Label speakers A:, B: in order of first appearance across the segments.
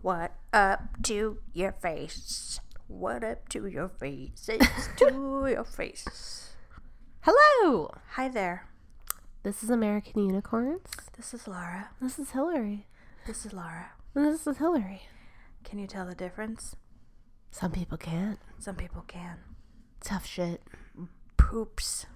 A: What up to your face? What up to your face? It's to your face.
B: Hello!
A: Hi there.
B: This is American Unicorns.
A: This is Laura.
B: This is Hillary.
A: This is Laura.
B: And this is Hillary.
A: Can you tell the difference?
B: Some people can't.
A: Some people can.
B: Tough shit.
A: Poops.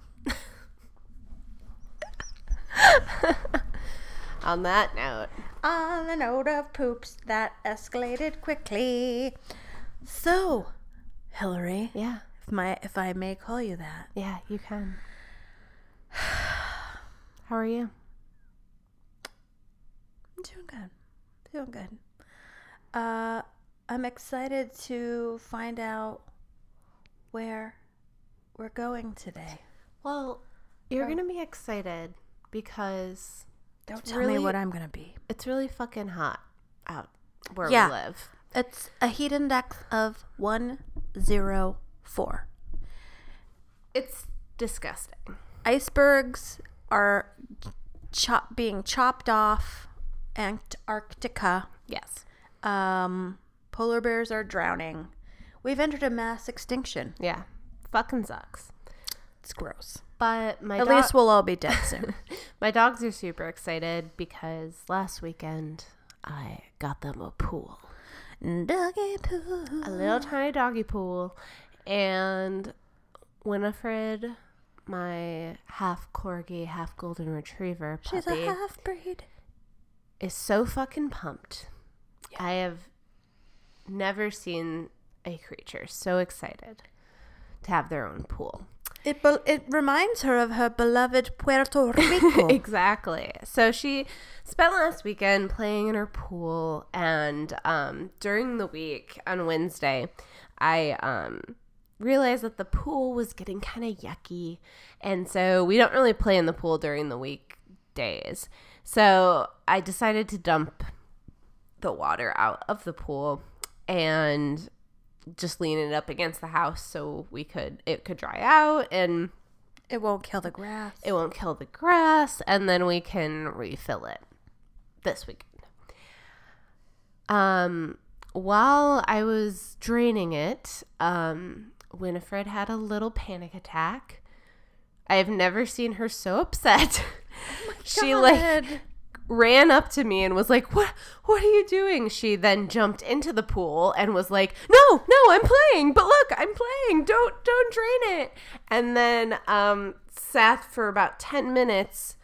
B: On that note,
A: On the note of poops that escalated quickly. So, Hillary,
B: yeah,
A: if my if I may call you that,
B: yeah, you can. How are you?
A: I'm doing good. Doing good. Uh, I'm excited to find out where we're going today.
B: Well, you're gonna be excited because
A: Don't
B: It's
A: tell me
B: really-
A: what I'm gonna be.
B: it's really fucking hot out where
A: Yeah.
B: we live.
A: It's a heat index of one zero four.
B: It's disgusting.
A: Icebergs are chop being chopped off. Antarctica.
B: Yes.
A: Um, polar bears are drowning. We've entered a mass extinction.
B: Yeah. Fucking sucks.
A: It's gross.
B: But my
A: At
B: dog-
A: least we'll all be dead soon.
B: My dogs are super excited because last weekend I got them a pool,
A: Doggy poo.
B: a little tiny doggy pool, and Winifred, my half corgi, half golden retriever
A: She's a
B: puppy,
A: half breed.
B: is so fucking pumped. I have never seen a creature so excited to have their own pool.
A: It bel it reminds her of her beloved Puerto Rico.
B: Exactly. So she spent last weekend playing in her pool, and um, during the week on Wednesday, I um, realized that the pool was getting kind of yucky, and so we don't really play in the pool during the weekdays. So I decided to dump the water out of the pool and just lean it up against the house so we could it could dry out and
A: it won't kill the grass.
B: it won't kill the grass, and then we can refill it this weekend. Um, while I was draining it, um, Winifred had a little panic attack. I have never seen her so upset. she like
A: God.
B: ran up to me and was like, "What? What are you doing?" She then jumped into the pool and was like, "No, no, I'm playing. But look, I'm playing. Don't don't drain it." And then um, sat for about ten minutes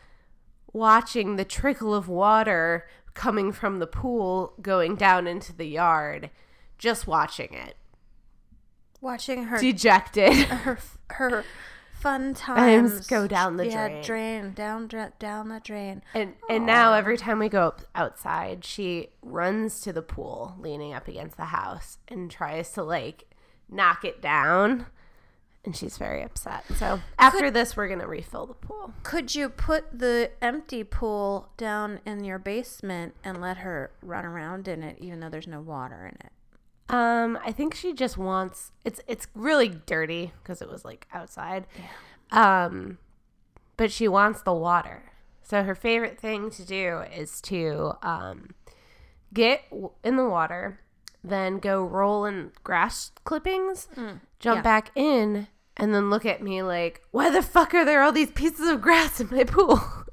B: watching the trickle of water coming from the pool going down into the yard, just watching it,
A: watching her
B: dejected.
A: her her fun
B: Times
A: times
B: go down the
A: yeah,
B: drain.
A: down dra- down the drain.
B: And and now every time we go up outside, she runs to the pool, leaning up against the house, and tries to like knock it down. And she's very upset. So after this, we're gonna refill the pool.
A: Could you put the empty pool down in your basement and let her run around in it, even though there's no water in it?
B: Um, I think she just wants it's it's really dirty because it was like outside. Um, but she wants the water. So her favorite thing to do is to um, get w- in the water, then go roll in grass clippings, jump back in, and then look at me like, "Why the fuck are there all these pieces of grass in my pool?"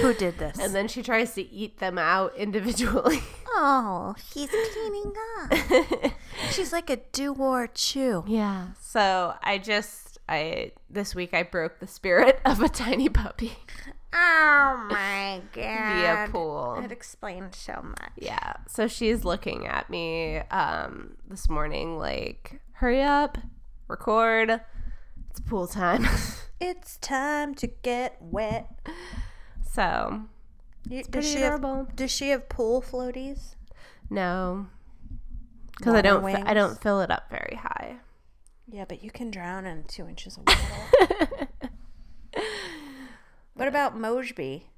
A: Who did this?
B: And then she tries to eat them out individually.
A: oh, he's cleaning up. She's like a do or chew.
B: Yeah. So I just I this week I broke the spirit of a tiny puppy
A: Oh my
B: via
A: god!
B: pool.
A: It explains so much.
B: Yeah. So she's looking at me um this morning like, hurry up, record. It's pool time.
A: It's time to get wet.
B: so
A: You-
B: pretty
A: does she have,
B: adorable.
A: Does she have pool floaties?
B: no. Because I don't
A: Water
B: fi- I don't fill it up very high.
A: Yeah, but you can drown in two inches of water. what about Mosby?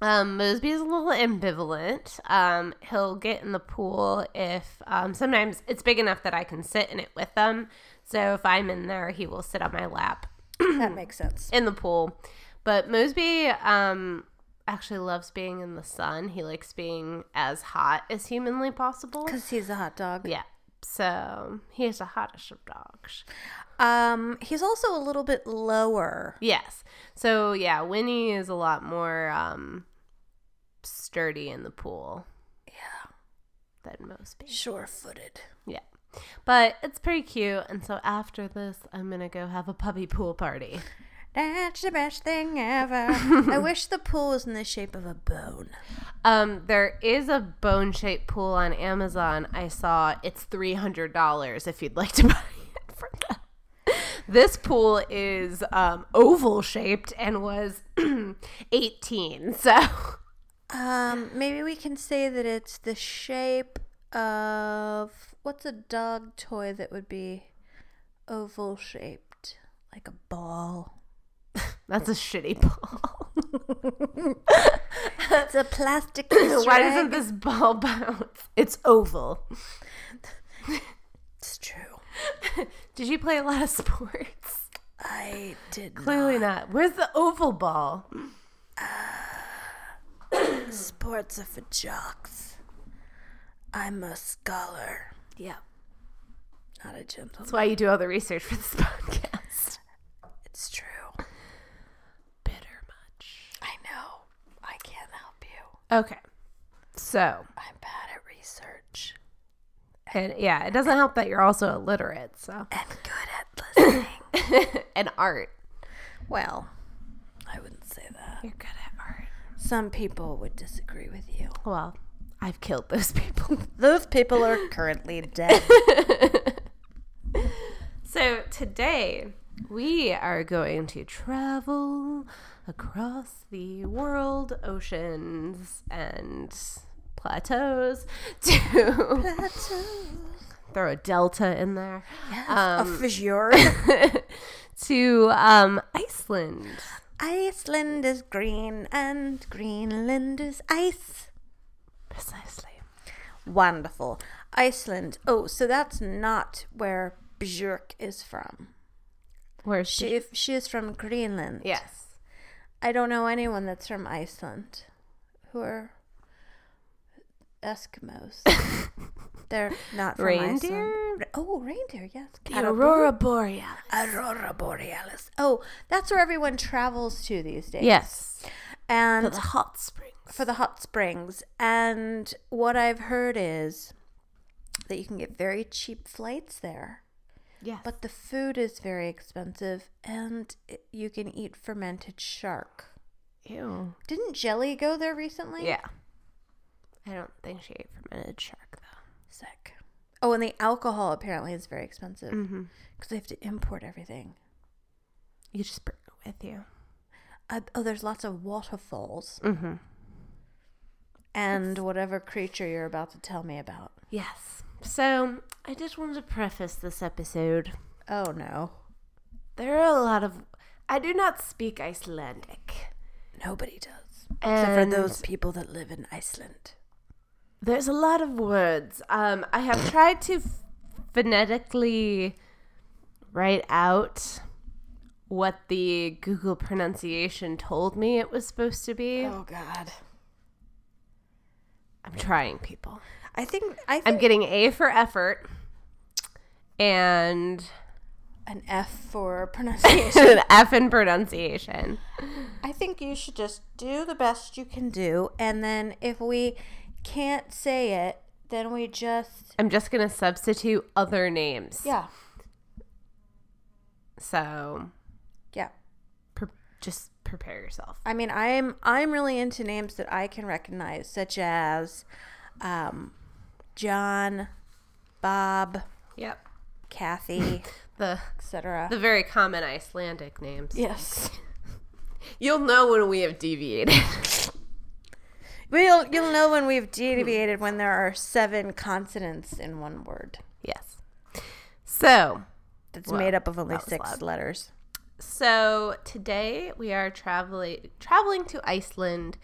B: Um, Mosby's a little ambivalent. Um, he'll get in the pool if um, sometimes it's big enough that I can sit in it with them. So if I'm in there, he will sit on my lap
A: That makes sense.
B: in the pool. But Mosby um, actually loves being in the sun. He likes being as hot as humanly possible.
A: Because he's a hot dog.
B: Yeah. So he is the hottest of dogs.
A: Um, he's also a little bit lower.
B: Yes. So yeah, Winnie is a lot more um, sturdy in the pool
A: Yeah.
B: than Mosby.
A: Sure footed.
B: Yeah. But it's pretty cute. And so after this, I'm going to go have a puppy pool party.
A: That's the best thing ever. I wish the pool was in the shape of a bone.
B: Um, there is a bone shaped pool on Amazon. I saw it's $300 if you'd like to buy it for that. This pool is um, oval shaped and was 18. So
A: Um, maybe we can say that it's the shape of what's a dog toy that would be oval shaped, like a ball.
B: that's a shitty pool.
A: It's a plastic. Easter
B: Why
A: egg.
B: doesn't this ball bounce? It's oval.
A: It's true.
B: Did you play a lot of sports?
A: I did
B: Clearly not. Where's the oval ball?
A: not. Sports are for jocks. I'm a scholar,
B: Yeah.
A: not a gentleman.
B: That's why you do all the research for this podcast.
A: It's true.
B: Bitter much.
A: I know. I can't help you.
B: Okay. So,
A: I'm bad at research
B: and yeah, it doesn't help that you're also illiterate, so.
A: and good at listening.
B: and art.
A: well, I wouldn't say that.
B: You're good at art.
A: Some people would disagree with you.
B: Well, I've killed those people.
A: Those people are currently dead.
B: so, today we are going to travel across the world, oceans, and plateaus to
A: That's
B: throw a delta in there.
A: a fissure.
B: to um, Iceland.
A: Iceland is green and Greenland is ice.
B: Precisely.
A: Wonderful. Iceland. Oh, so that's not where Björk is from.
B: Where's she?
A: She, she is from Greenland.
B: Yes.
A: I don't know anyone that's from Iceland who are Eskimos. They're not from
B: Reindeer?
A: Iceland. Re- Oh, reindeer, yes.
B: Borealis.
A: Aurora Borealis. Oh, that's where everyone travels to these days.
B: Yes.
A: And
B: hot springs.
A: for the hot springs. And what I've heard is that you can get very cheap flights there,
B: Yes.
A: but the food is very expensive and it- you can eat fermented shark.
B: Ew.
A: Didn't Jelly go there recently?
B: Yeah. I don't think she ate fermented shark though.
A: Sick. Oh, and the alcohol apparently is very expensive because
B: Mm-hmm.
A: they have to import everything.
B: You just bring it with you.
A: Uh, oh, there's lots of waterfalls
B: Mm-hmm.
A: and whatever creature you're about to tell me about.
B: Yes. So I just wanted to preface this episode.
A: Oh no,
B: There are a lot of. I do not speak Icelandic.
A: nobody does except
B: And
A: for those people that live in Iceland.
B: There's a lot of words. Um, I have tried to f- phonetically write out what the Google pronunciation told me it was supposed to be.
A: Oh God,
B: I'm trying, people.
A: I think I
B: I'm
A: think
B: getting A for effort and
A: an F for pronunciation.
B: an F in pronunciation.
A: I think you should just do the best you can do, and then if we can't say it, then we just
B: I'm just going to substitute other names.
A: yeah
B: So
A: yeah.
B: pre- just prepare yourself.
A: I mean, I'm I'm really into names that I can recognize, such as um, John, Bob,
B: Yep.
A: Kathy,
B: The
A: etc.
B: the very common Icelandic names.
A: Yes,
B: You'll know when we have deviated.
A: well, you'll know when we've deviated when there are seven consonants in one word
B: yes. So,
A: that's made up of only
B: that was
A: six
B: loud.
A: letters.
B: so today we are traveling traveling to Iceland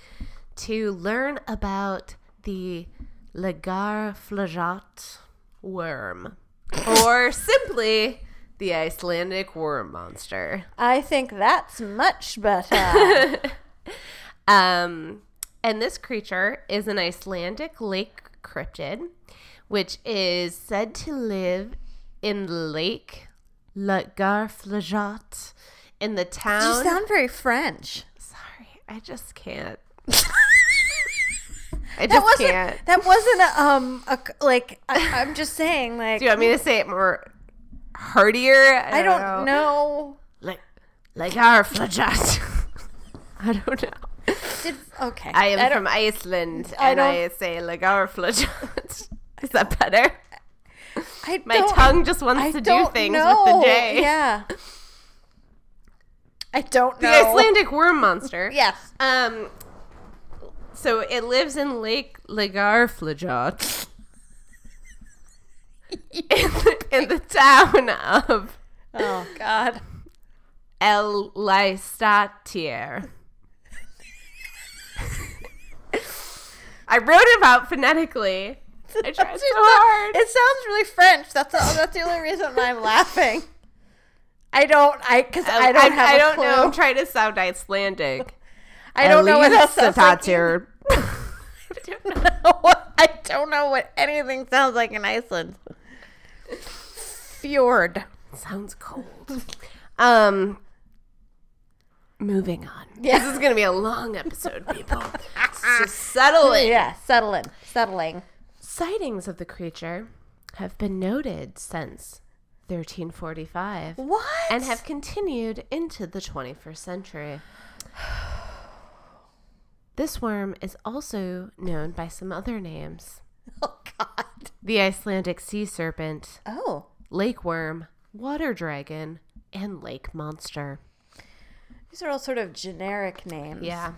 B: to learn about the Lagar flageote worm, or simply the Icelandic worm monster.
A: I think that's much better.
B: Um, and this creature is an Icelandic lake cryptid, which is said to live in the lake Lagarflageot in the
A: you
B: town.
A: sound very French.
B: Sorry, I just can't.
A: that
B: I just
A: wasn't.
B: can't.
A: That wasn't a, um a, c- like. I, I'm just saying like.
B: Do you want me to say it more heartier?
A: I don't know.
B: Like, Lagarflageot. I don't know.
A: Did okay.
B: I am
A: I don't,
B: from Iceland,
A: I
B: and
A: don't-
B: I say Lagarflageot. Is that better?
A: I
B: My
A: don't-
B: tongue just wants
A: I
B: to do
A: don't
B: things
A: know.
B: with the J.
A: Yeah. I don't
B: The
A: know.
B: Icelandic worm monster.
A: Yes.
B: Um. So it lives in Lake Lagarflagot. in, the- in the town of
A: Oh God.
B: El Lystatier. I wrote it out phonetically. I tried so hard.
A: It sounds really French. That's the, that's the only reason why I'm laughing. I don't. I because
B: Um,
A: I don't
B: I'm-
A: have.
B: I
A: a
B: don't
A: clue.
B: know. I'm trying to sound Icelandic.
A: I don't know what else sounds like.
B: Elysatatir.
A: I don't know what anything sounds like in Iceland. Fjord.
B: Sounds cold. Um, moving on.
A: Yeah.
B: This is gonna be a long episode, people. so settle in.
A: Yeah, settling, settling.
B: Sightings of the creature have been noted since 1345
A: What?
B: and have continued into the 21st century. This worm is also known by some other names:
A: oh God.
B: the Icelandic sea serpent,
A: Oh,
B: lake worm, water dragon, and lake monster.
A: these are all sort of generic names.
B: Yeah.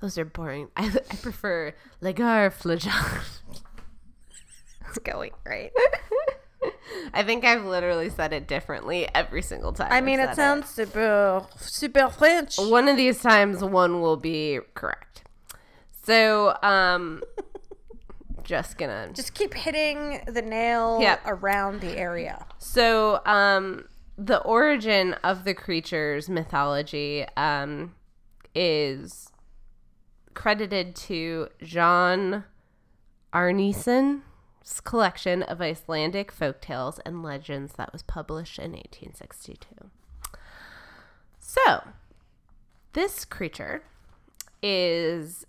B: Those are boring. I, I prefer Lagar Flajon.
A: it's going right.
B: I think I've literally said it differently every single time.
A: I
B: I've
A: mean,
B: said
A: it sounds super, super French.
B: One of these times, one will be correct. So, um, just gonna.
A: Just keep hitting the nail
B: Yep.
A: around the area.
B: So, um, the origin of the creature's mythology um, is credited to John Arneson's collection of Icelandic folktales and legends that was published in 1862. So, this creature is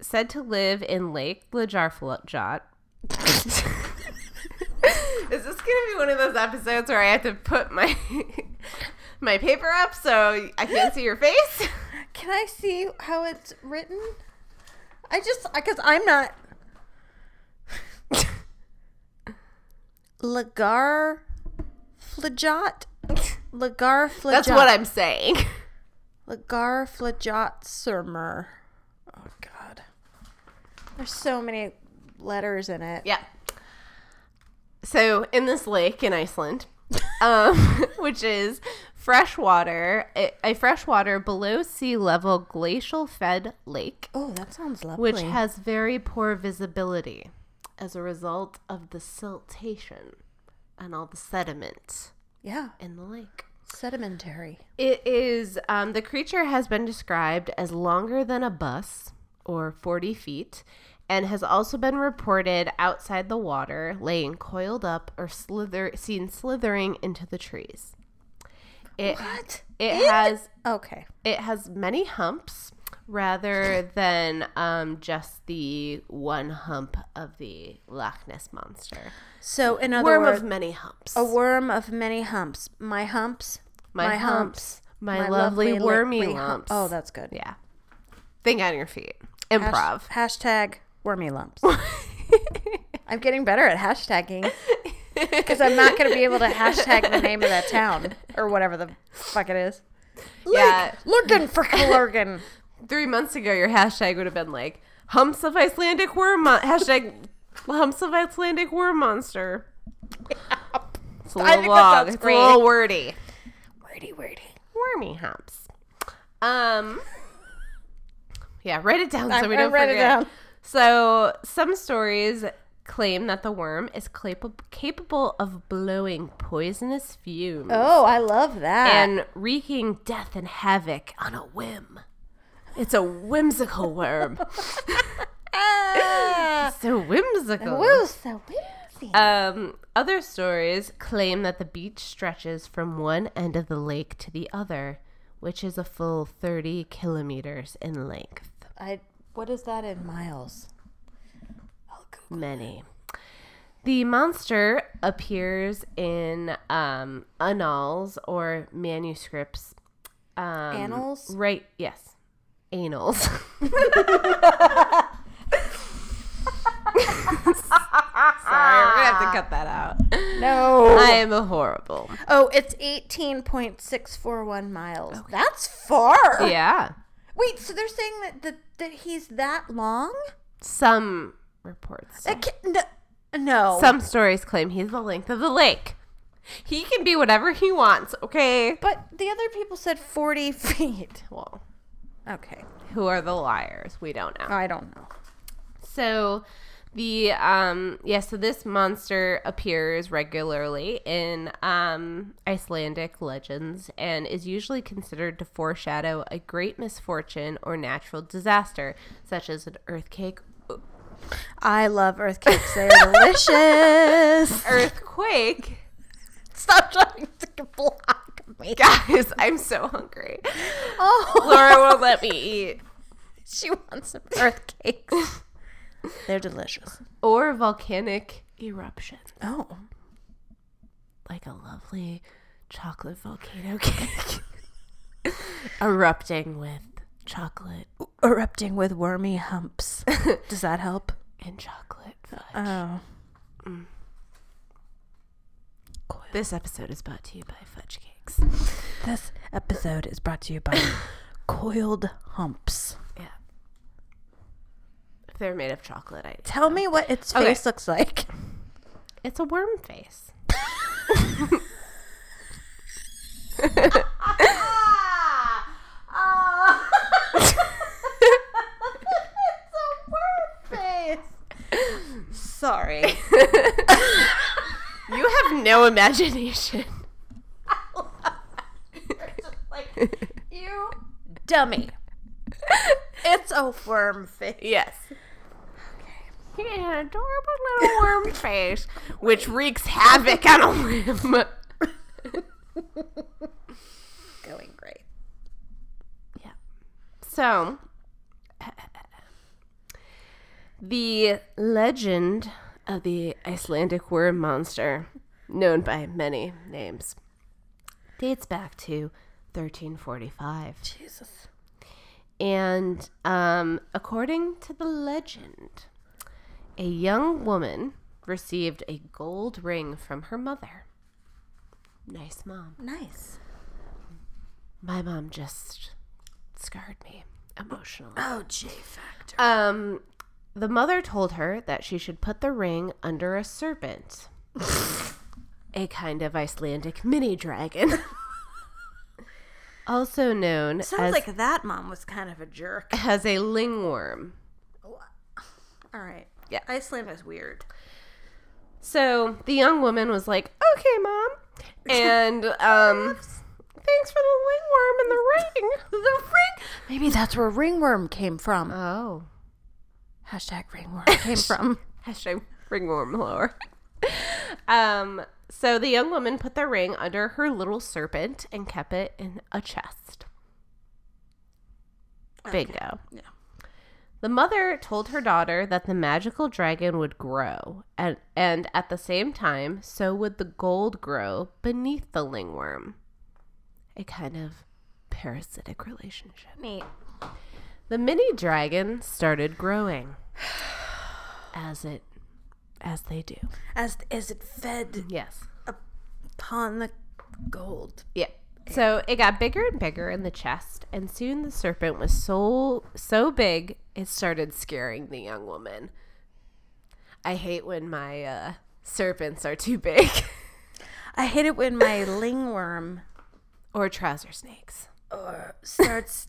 B: said to live in Lake Lajarflot. Is this gonna be one of those episodes where I have to put my my paper up so I can't see your face?
A: Can I see how it's written? I just because I'm not. Lagar, flagot, Lagar flagot.
B: That's what I'm saying.
A: Lagar flagot surmer. Oh God, there's so many letters in it.
B: Yeah. So in this lake in Iceland, um, which is freshwater, a, a freshwater below sea level glacial fed lake,
A: Oh, that sounds lovely.
B: which has very poor visibility as a result of the siltation and all the sediment
A: yeah,
B: in the lake.
A: sedimentary.
B: It is um, the creature has been described as longer than a bus or 40 feet and has also been reported outside the water laying coiled up or slither seen slithering into the trees. It
A: What?
B: it has
A: Okay.
B: it has many humps rather than um, just the one hump of the Loch Ness monster.
A: So in other
B: Worm
A: words, oh,
B: of many humps.
A: a worm of many humps. My humps.
B: my, humps, my, lovely,
A: li-
B: wormy
A: li- hum-
B: lumps.
A: Oh, that's good.
B: Yeah. Think on your feet.
A: Hash-
B: Improv.
A: hashtag wormy lumps. I'm getting better at hashtagging because I'm not going to be able to hashtag the name of that town or whatever the fuck it is.
B: Yeah.
A: Looking for Kalurgan.
B: Three months ago, your hashtag would have been like humps of Icelandic worm mon- hashtag humps of Icelandic worm monster. It's a
A: I
B: little
A: think that
B: long.
A: sounds
B: It's a
A: great.
B: little wordy.
A: Wordy, wordy.
B: Wormy humps. Um. Yeah, write it down
A: I'm
B: so we
A: gonna
B: don't
A: write it
B: forget.
A: down.
B: So some stories claim that the worm is clap- capable of blowing poisonous fumes
A: Oh, I love that.
B: and wreaking death and havoc on a whim. It's a whimsical worm.
A: Ah,
B: so whimsical.
A: woo, so whimsy.
B: Um, other stories claim that the beach stretches from one end of the lake to the other, which is a full 30 kilometers in length.
A: I what is that in miles? I'll Google.
B: Many. The monster appears in um, annals or manuscripts. Um,
A: Annals?
B: Right, yes. Annals. Sorry, we're gonna have to cut that out.
A: No.
B: I am horrible.
A: oh, it's eighteen point six four one miles. That's far.
B: Yeah.
A: Wait, so they're saying that that, that he's that long?
B: Some reports.
A: That can't, no, no.
B: Some stories claim he's the length of the lake. He can be whatever he wants, okay?
A: but the other people said forty feet.
B: Well,
A: Okay, Oh,
B: who are the liars? We don't know.
A: I don't know.
B: So the um yeah, so this monster appears regularly in um Icelandic legends and is usually considered to foreshadow a great misfortune or natural disaster, such as an earthquake
A: I love earthquakes. They're delicious.
B: earthquake.
A: Stop trying to block me.
B: Guys, I'm so hungry.
A: Oh,
B: Laura won't let me eat.
A: she wants some earthcakes. They're delicious.
B: Or volcanic eruption.
A: Oh,
B: Like a lovely chocolate volcano cake. Erupting with chocolate
A: erupting with wormy humps. Does that help?
B: and chocolate fudge.
A: Oh,
B: This episode is brought to you by Fudge Cakes.
A: this episode is brought to you by Coiled Humps.
B: Yeah. If they're made of chocolate, I.
A: Tell me what its
B: Okay.
A: face looks like.
B: It's a worm face.
A: Ah! it's a word face. Sorry.
B: You have no imagination.
A: you dummy. It's a worm face.
B: Yes. Okay. He an adorable little worm face, which wreaks havoc on a whim.
A: Going great.
B: So, the legend of the Icelandic worm monster, known by many names, dates back to 1345.
A: Jesus.
B: And um, according to the legend, a young woman received a gold ring from her mother. Nice mom.
A: Nice.
B: My mom just scarred me emotionally.
A: Oh, J Factor.
B: Um, the mother told her that she should put the ring under a serpent, a kind of Icelandic mini dragon, also known as,
A: Sounds like that mom was kind of a jerk.
B: as a lingworm.
A: All right.
B: Yeah.
A: Iceland is weird.
B: So the young woman was like, "Okay, mom," and um, thanks for the lingworm and the ring. The ring.
A: Maybe that's where ringworm came from.
B: Oh,
A: Hashtag ringworm came from.
B: hashtag ringworm lore. um, so the young woman put the ring under her little serpent and kept it in a chest. Bingo.
A: Yeah.
B: The mother told her daughter that the magical dragon would grow, and, and at the same time, so would the gold grow beneath the lingworm. A kind of parasitic relationship.
A: Neat.
B: The mini dragon started growing, as it, as they do.
A: As is it fed
B: Yes.
A: upon the gold.
B: Yeah. So it got bigger and bigger in the chest, and soon the serpent was so so big it started scaring the young woman. I hate when my uh, serpents are too big,
A: I hate it when my lingworm
B: or trouser snakes.
A: uh, starts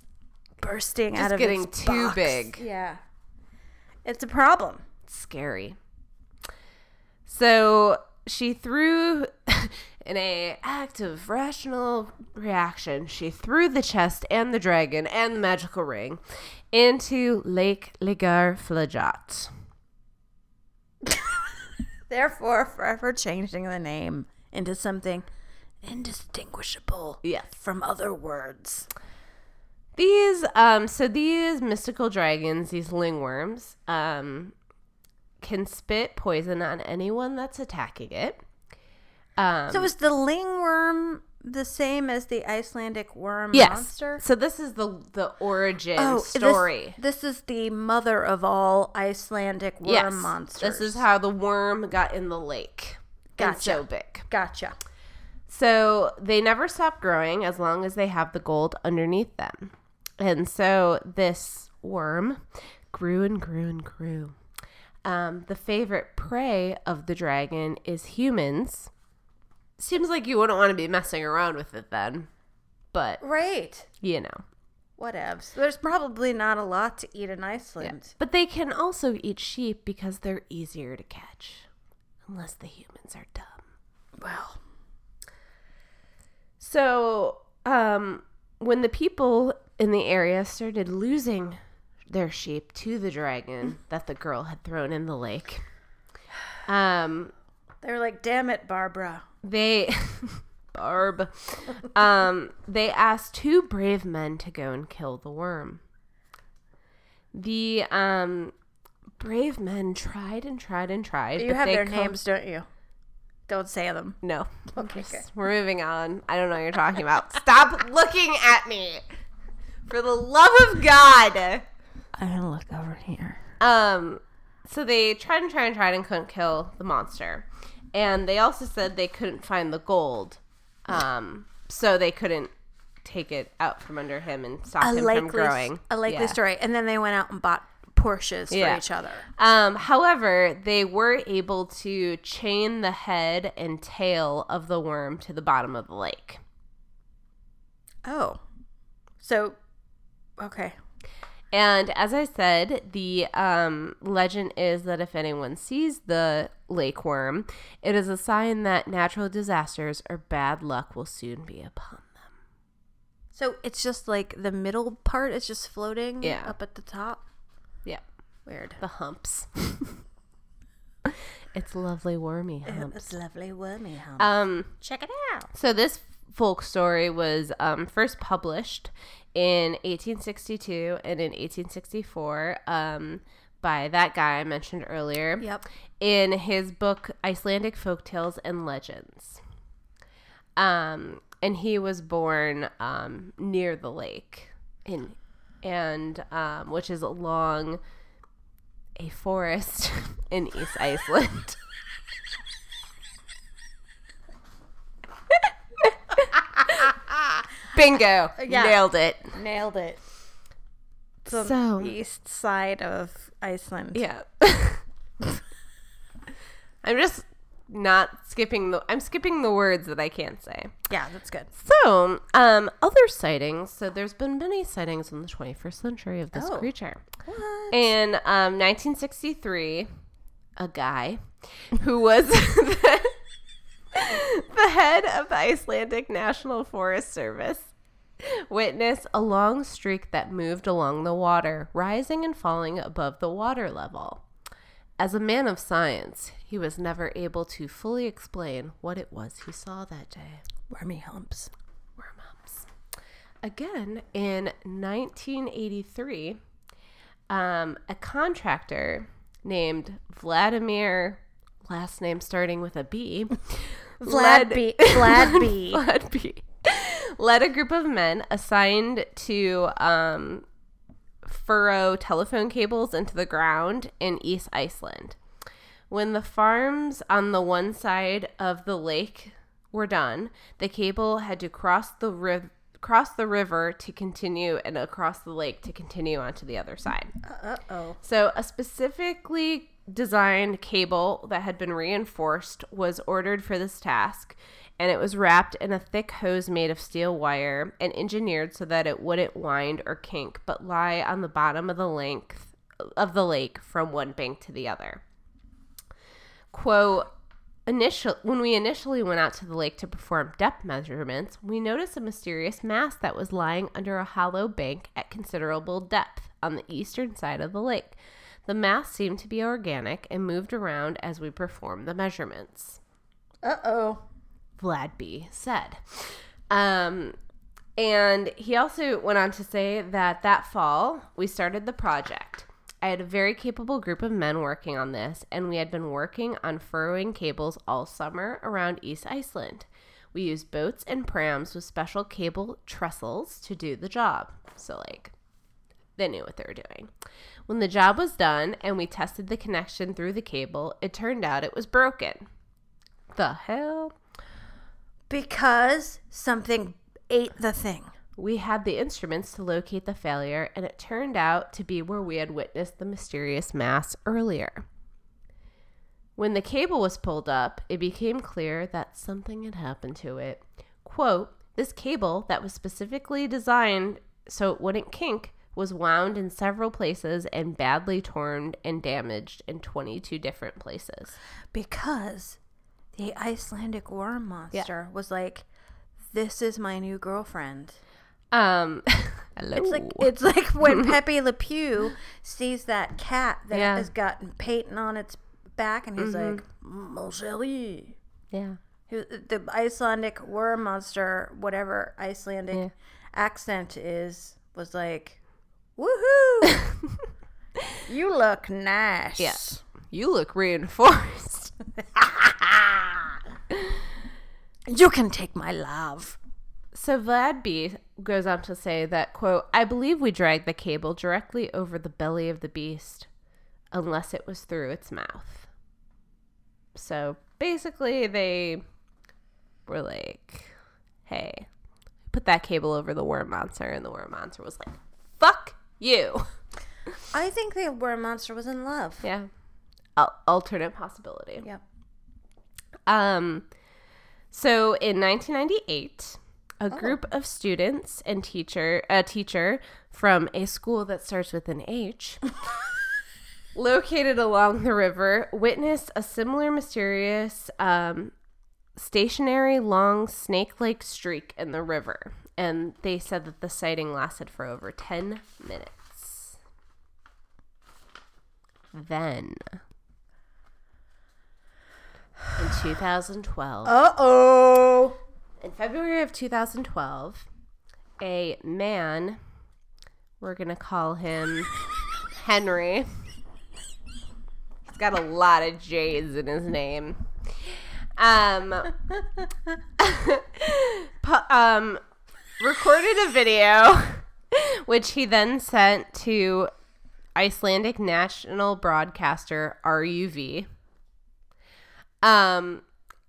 A: bursting
B: Just
A: out of
B: getting
A: its
B: too
A: box.
B: big.
A: Yeah, it's a problem.
B: scary. So she threw, in a act of rational reaction, she threw the chest and the dragon and the magical ring into Lake Ligar Flajat.
A: Therefore, forever changing the name into something indistinguishable
B: Yes.
A: from other words.
B: These, um, so these mystical dragons, these lingworms, um, can spit poison on anyone that's attacking it. Um,
A: So is the lingworm the same as the Icelandic worm
B: yes. Oh,
A: monster? Oh,
B: So this is the the origin
A: this-
B: story.
A: This, is the mother of all Icelandic worm monsters.
B: This is how the worm got in the lake. Got
A: Gotcha.
B: so big.
A: Gotcha.
B: So they never stop growing as long as they have the gold underneath them. And so this worm grew and grew and grew. Um, the favorite prey of the dragon is humans. Seems like you wouldn't want to be messing around with it then, but
A: Right.
B: you know.
A: Whatevs. There's probably not a lot to eat in Iceland.
B: But they can also eat sheep because they're easier to catch, unless the humans are dumb.
A: Well,
B: So, um, when the people in the area started losing their sheep to the dragon
A: Mm.
B: that the girl had thrown in the lake, um,
A: they were like, damn it, Barbara.
B: they, Barb, um, they asked two brave men to go and kill the worm. The um, brave men tried and tried and tried.
A: You
B: but
A: have
B: they
A: their
B: co-
A: names, don't you? Don't say them.
B: No.
A: Okay, good.
B: We're moving on. I don't know what you're talking about. Stop looking at me. For the love of God.
A: I'm gonna look over here.
B: Um so they tried and tried and tried and couldn't kill the monster. And they also said they couldn't find the gold. Um so they couldn't take it out from under him and stop
A: A
B: him from
A: likely,
B: growing.
A: a likely
B: Yeah.
A: story. And then they went out and bought Porsches
B: Yeah.
A: for each other.
B: Um, however, they were able to chain the head and tail of the worm to the bottom of the lake.
A: Oh, so okay.
B: And as I said, the um, legend is that if anyone sees the lake worm, it is a sign that natural disasters or bad luck will soon be upon them.
A: So it's just like the middle part is just floating
B: Yeah.
A: up at the top.
B: Yeah,
A: Weird.
B: the humps. it's lovely wormy humps.
A: It's lovely wormy hump.
B: Um,
A: Check it out.
B: so this folk story was um, first published in 1862 and in 1864 um, by that guy I mentioned earlier.
A: Yep.
B: in his book Icelandic Folktales and Legends. Um, and he was born um, near the lake in and um, which is along a forest in East Iceland. Bingo.
A: Yeah.
B: Nailed it.
A: Nailed it. It's on
B: So-
A: the east side of Iceland.
B: Yeah. I'm just not skipping the I'm skipping the words that I can't say.
A: Yeah, that's good.
B: So, um other sightings, so there's been many sightings in the 21st century of this
A: Oh.
B: creature. In um 1963, a guy who was the, the head of the Icelandic National Forest Service witnessed a long streak that moved along the water, rising and falling above the water level. As a man of science, he was never able to fully explain what it was he saw that day.
A: Wormy humps.
B: Wormups. Again, in 1983, um, a contractor named Vladimir, last name starting with a B,
A: Vlad
B: led-
A: B. Vlad B.
B: Vlad B. Led a group of men assigned to um, furrow telephone cables into the ground in East Iceland. When the farms on the one side of the lake were done, the cable had to cross the river. Cross the river to continue and across the lake to continue onto the other side.
A: Uh oh.
B: So, a specifically designed cable that had been reinforced was ordered for this task, and it was wrapped in a thick hose made of steel wire and engineered so that it wouldn't wind or kink, but lie on the bottom of the length of the lake from one bank to the other. Quote Initial, when we initially went out to the lake to perform depth measurements, we noticed a mysterious mass that was lying under a hollow bank at considerable depth on the eastern side of the lake. The mass seemed to be organic and moved around as we performed the measurements.
A: Uh oh.
B: Vlad B said. Um, and he also went on to say that that fall, we started the project. I had a very capable group of men working on this, and we had been working on furrowing cables all summer around East Iceland. We used boats and prams with special cable trestles to do the job. So, like, they knew what they were doing. When the job was done and we tested the connection through the cable, it turned out it was broken. The hell?
A: Because something ate the thing.
B: We had the instruments to locate the failure, and it turned out to be where we had witnessed the mysterious mass earlier. When the cable was pulled up, it became clear that something had happened to it. Quote, this cable that was specifically designed so it wouldn't kink was wound in several places and badly torn and damaged in 22 different places.
A: Because the Icelandic worm monster was like, this is my new girlfriend.
B: Um, hello.
A: It's like it's like when Pepe Le Pew sees that cat that
B: Yeah.
A: has gotten paint on its back, and he's like, "Mon chéri."
B: yeah.
A: He- The Icelandic worm monster, whatever Icelandic
B: Yeah.
A: accent is, was like, "Woohoo! you look nice."
B: Yes. You look reinforced.
A: You can take my love.
B: So Vlad B goes on to say that quote, I believe we dragged the cable directly over the belly of the beast unless it was through its mouth. So basically they were like, Hey, put that cable over the worm monster and the worm monster was like, Fuck you.
A: I think the worm monster was in love.
B: Yeah. Al- alternate possibility.
A: Yep.
B: Um, so in 1998, a group of students and teacher, a teacher from a school that starts with an H, located along the river, witnessed a similar mysterious um, stationary long snake-like streak in the river, and they said that the sighting lasted for over 10 minutes. Then. In 2012,
A: Uh oh.
B: in February of 2012, a man, we're going to call him Henry. He's got a lot of J's in his name. Um, pu- um, recorded a video, which he then sent to Icelandic national broadcaster RUV. Um,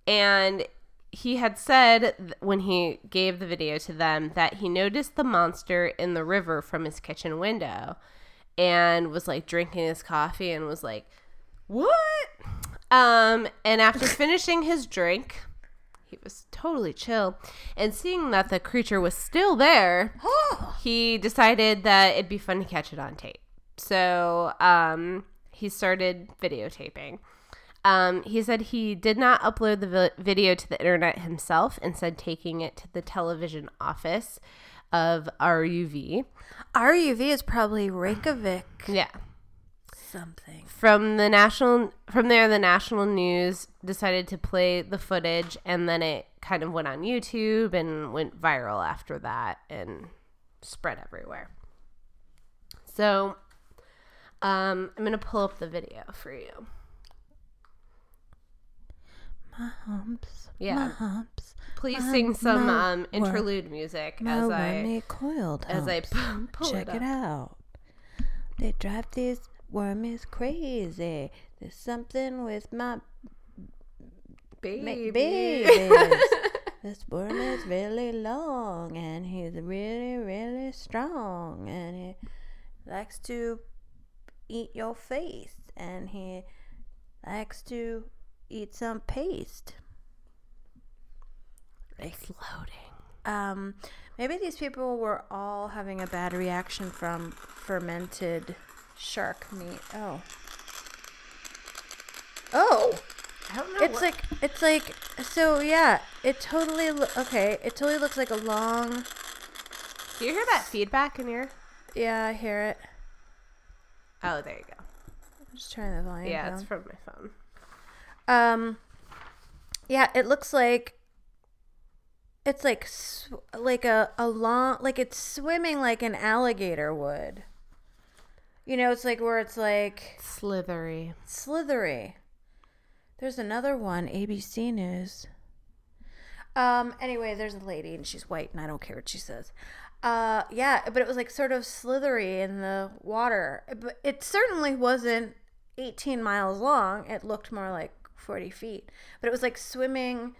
B: and he had said th- when he gave the video to them that he noticed the monster in the river from his kitchen window and was like drinking his coffee and was like what um and after finishing his drink he was totally chill and seeing that the creature was still there he decided that it'd be fun to catch it on tape so um he started videotaping um, he said he did not upload the vi- video to the internet himself, instead taking it to the television office of RUV.
A: RUV is probably Reykjavik
B: Yeah.
A: something.
B: From the national, from there, the national news decided to play the footage, and then it kind of went on YouTube and went viral after that, and spread everywhere. So, um, I'm gonna pull up the video for you.
A: My humps.
B: Yeah.
A: My humps.
B: Please sing some um, interlude music
A: My
B: as I
A: wormy coiled
B: as I
A: humps.
B: pu- pull
A: Check
B: it
A: it
B: up.
A: out. They drive these wormies crazy. There's something with my
B: Baby.
A: babies. this worm is really long and he's really, really strong and he likes to eat your face and he likes to eat some paste.
B: It's loading.
A: Um, maybe these people were all having a bad reaction from fermented shark meat. Oh. Oh.
B: I don't know.
A: It's like it's like so yeah. It totally lo- okay. It totally looks like a long.
B: do you hear that feedback in your?
A: Yeah, I hear it.
B: Oh, there you go.
A: I'm just turning the volume
B: Yeah,
A: down.
B: it's from my phone.
A: Um, yeah, it looks like it's like sw- like a a long like it's swimming like an alligator would. You know, it's like where it's like
B: Slithery.
A: slithery. There's another one, ABC News. Um, anyway, there's a lady and she's white and I don't care what she says. Uh, yeah, but it was like sort of slithery in the water. But it certainly wasn't 18 miles long. It looked more like 40 feet. But it was like swimming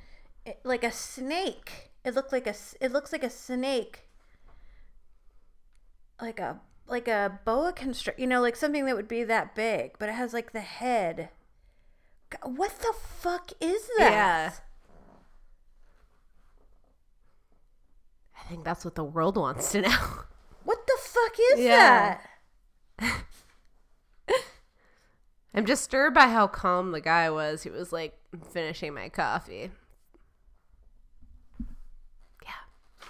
A: it, like a snake. It looked like a s- it looks like a snake. Like a like a boa constrictor, you know, like something that would be that big, but it has like the head. G- What the fuck is that?
B: Yeah. I think that's what the world wants to know.
A: What the fuck is
B: Yeah.
A: that?
B: I'm disturbed by how calm the guy was. He was like finishing my coffee. Yeah.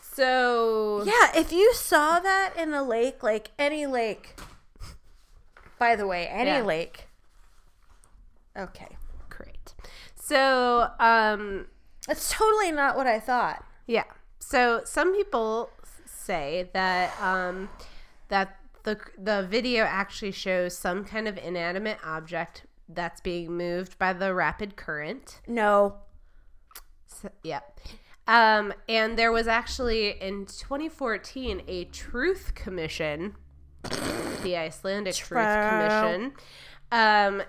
B: So
A: Yeah, if you saw that in a lake, like any lake. By the way, any
B: Yeah.
A: lake. Okay.
B: great. So um
A: That's totally not what I thought.
B: yeah. So some people say that um that the the video actually shows some kind of inanimate object that's being moved by the rapid current.
A: No.
B: So, yeah. Um, and there was actually in 2014 a Truth Commission, the Icelandic Truth
A: Trow.
B: Commission, um,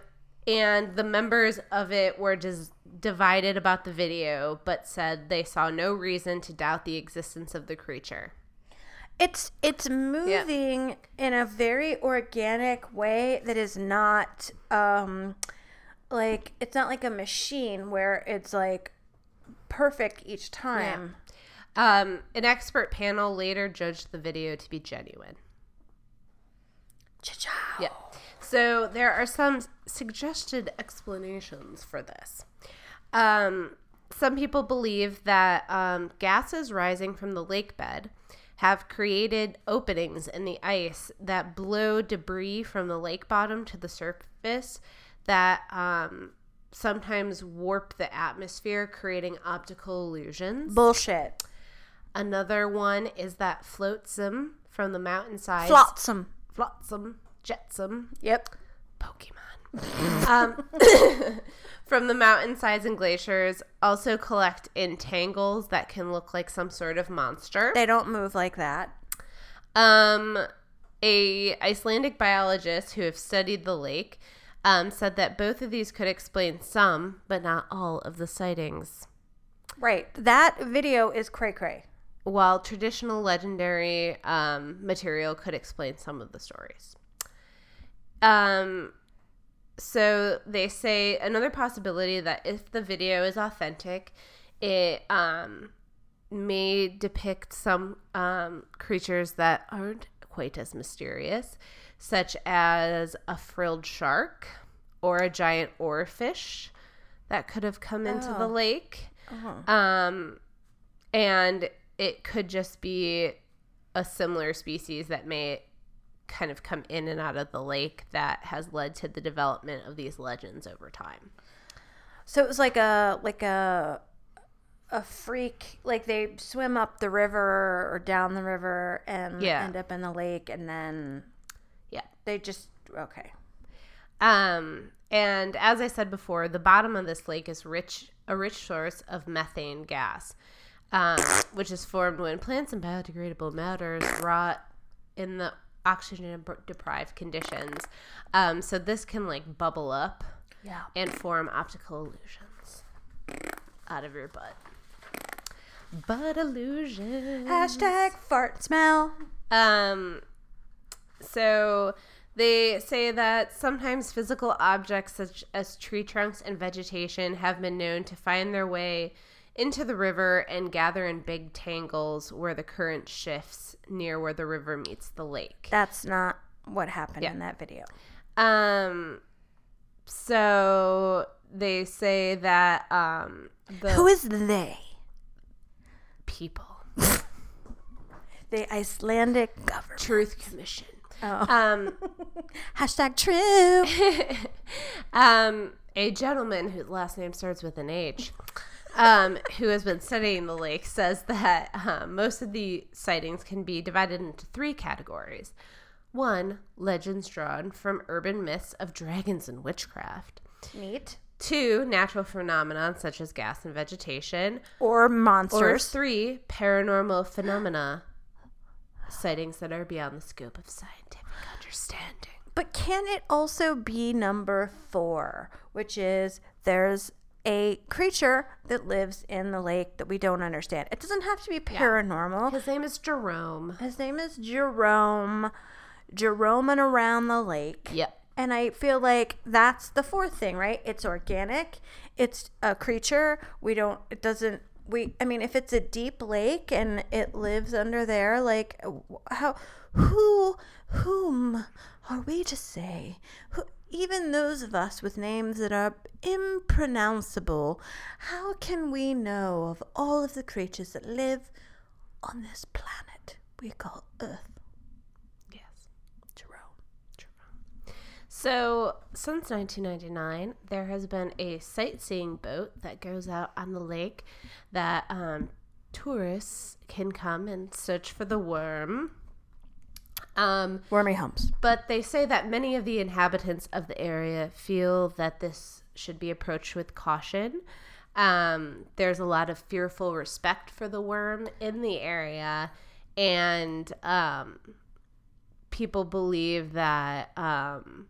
B: and the members of it were dis- divided about the video, but said they saw no reason to doubt the existence of the creature.
A: It's it's moving in a very organic way that is not um like it's not like a machine where it's like perfect each time.
B: Um, an expert panel later judged the video to be genuine.
A: Cha-chow.
B: Yeah. So there are some suggested explanations for this. Um, some people believe that um, gases rising from the lake bed have created openings in the ice that blow debris from the lake bottom to the surface that um, sometimes warp the atmosphere, creating optical illusions.
A: Bullshit.
B: Another one is that flotsam from the mountainside.
A: Flotsam.
B: Flotsam. Jetsam.
A: Yep.
B: Pokemon. um, from the mountainsides and glaciers, also collect in tangles that can look like some sort of monster.
A: They don't move like that.
B: Um, a Icelandic biologist who have studied the lake um, said that both of these could explain some, but not all, of the sightings.
A: Right. That video is cray cray.
B: While traditional legendary um, material could explain some of the stories. Um, so they say another possibility that if the video is authentic, it um, may depict some um, creatures that aren't quite as mysterious, such as a frilled shark or a giant oarfish that could have come into the
A: Oh.
B: lake. Um, and it could just be a similar species that may kind of come in and out of the lake that has led to the development of these legends over time.
A: So it was like a like a a freak like they swim up the river or down the river and
B: Yeah.
A: end up in the lake and then
B: Yeah.
A: they just okay.
B: Um, and as I said before, the bottom of this lake is rich a rich source of methane gas, um, which is formed when plants and biodegradable matters rot in the oxygen deprived conditions. Um, so this can like bubble up
A: Yeah.
B: and form optical illusions out of your butt. Butt illusion.
A: Hashtag fart smell.
B: Um, so They say that sometimes physical objects such as tree trunks and vegetation have been known to find their way into the river and gather in big tangles where the current shifts near where the river meets the lake.
A: That's not what happened in that video.
B: Um so they say that um the
A: Who is they?
B: people
A: The Icelandic government.
B: Truth Commission
A: Oh.
B: um
A: Hashtag true.
B: um, a gentleman whose last name starts with an H, um, who has been studying the lake, says that um, most of the sightings can be divided into three categories. One, legends drawn from urban myths of dragons and witchcraft.
A: Neat.
B: Two, natural phenomenon such as gas and vegetation.
A: Or
B: Or
A: monsters.
B: three, paranormal phenomena, sightings that are beyond the scope of scientific understanding.
A: but can it also be number four, which is there's a creature that lives in the lake that we don't understand? It doesn't have to be paranormal.
B: His name is Jerome.
A: His name is Jerome. Jerome and around the lake.
B: Yep.
A: And I feel like that's the fourth thing, right? It's organic. It's a creature. We don't, it doesn't, we, I mean, if it's a deep lake and it lives under there, like, wh- how, who, whom are we to say? Who, even those of us with names that are impronounceable, how can we know of all of the creatures that live on this planet we call Earth?
B: Yes.
A: Jerome.
B: So, since 1999, there has been a sightseeing boat that goes out on the lake that um, tourists can come and search for the worm. Um,
A: Wormy humps.
B: but they say that many of the inhabitants of the area feel that this should be approached with caution. Um, there's a lot of fearful respect for the worm in the area, and um, people believe that um,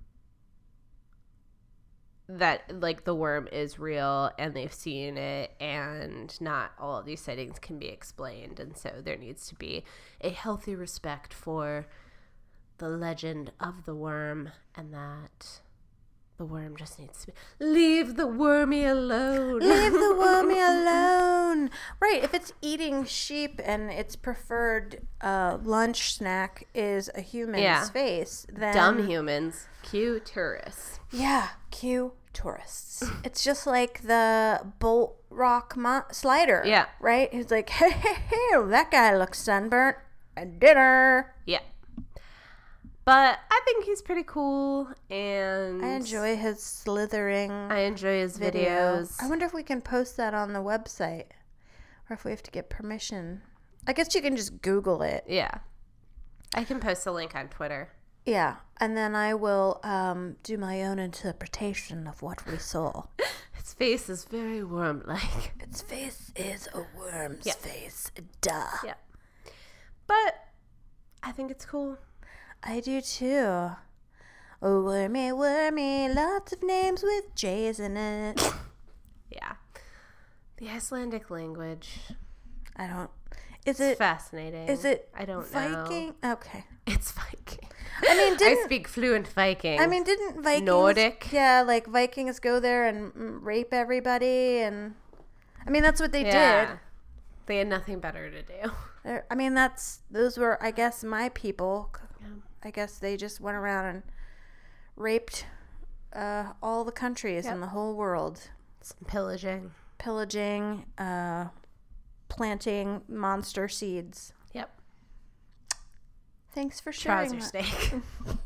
B: that like the worm is real and they've seen it, and not all of these sightings can be explained, and so there needs to be a healthy respect for the legend of the worm and that the worm just needs to be leave the wormy alone
A: Leave the wormy alone. Right. If it's eating sheep and its preferred uh, lunch snack is a human's
B: Yeah.
A: face, then
B: dumb humans cue tourists
A: yeah, cue tourists. it's just like the bolt rock mo- slider.
B: Yeah.
A: Right. He's like, hey, hey, hey, that guy looks sunburnt. At dinner.
B: yeah but i think he's pretty cool and
A: I enjoy his slithering.
B: I enjoy his
A: video.
B: videos
A: I wonder if we can post that on the website or if we have to get permission. I guess you can just Google it.
B: yeah i can post a link on twitter
A: Yeah. And then I will um, do my own interpretation of what we saw.
B: his face is very worm like
A: its face is a worm's face. Duh.
B: yeah but i think it's cool
A: I do too. Oh, wormy, wormy. Lots of names with J's in it.
B: yeah the icelandic language
A: I don't. Is
B: It's
A: it
B: fascinating.
A: is it
B: I don't know.
A: Viking? Okay.
B: It's Viking.
A: I mean, didn't.
B: I speak fluent Viking.
A: I mean, didn't Vikings
B: Nordic.
A: Yeah, like Vikings go there and mm, rape everybody, and I mean that's what they did.
B: They had nothing better to do.
A: They're, I mean that's those were I guess my people.
B: Yeah.
A: I guess they just went around and raped uh, all the countries in the whole world,
B: Some pillaging.
A: pillaging, uh, planting monster seeds.
B: Yep.
A: Thanks for sharing.
B: Trouser
A: that.
B: snake.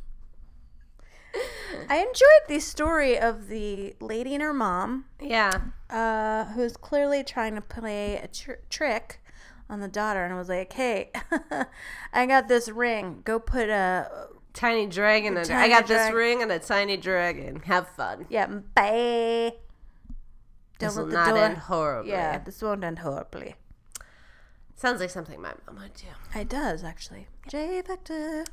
A: I enjoyed the story of the lady and her mom.
B: yeah.
A: uh, who's clearly trying to play a tr- trick on the daughter and was like, "Hey, I got this ring. Go put a
B: Tiny dragon. And I
A: tiny
B: got this
A: drag-
B: ring and a tiny dragon. Have fun.
A: yeah, bye.
B: This
A: Don't
B: will
A: let
B: not
A: the door.
B: end horribly.
A: yeah, this won't end horribly.
B: Sounds like something my mom would do.
A: It does actually. J Vector,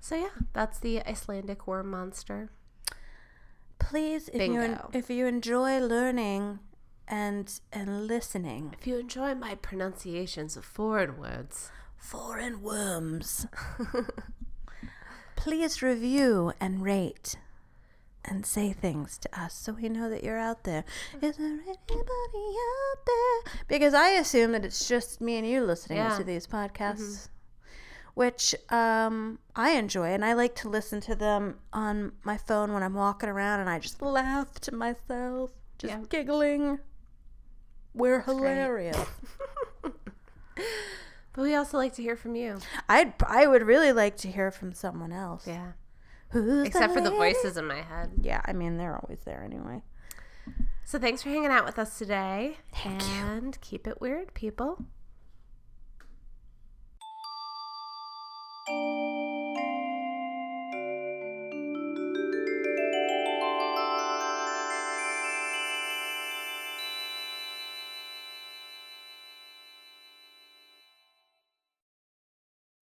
B: So yeah, that's the Icelandic worm monster.
A: please, if you en-
B: Bingo.
A: if you enjoy learning and and listening,
B: If you enjoy my pronunciations of foreign words,
A: foreign worms. please review and rate and say things to us so we know that you're out there. Is there anybody out there? Because I assume that it's just me and you listening
B: Yeah. Mm-hmm.
A: to these podcasts, which um, I enjoy. And I like to listen to them on my phone when I'm walking around and I just laugh to myself, just
B: Yeah.
A: giggling. We're hilarious.
B: But we also like to hear from you.
A: I'd, I would really like to hear from someone else.
B: Yeah.
A: Who's
B: Except for the
A: lady?
B: voices in my head.
A: Yeah, I mean, they're always there anyway.
B: So thanks for hanging out with us today.
A: Thank you.
B: and keep it weird, people.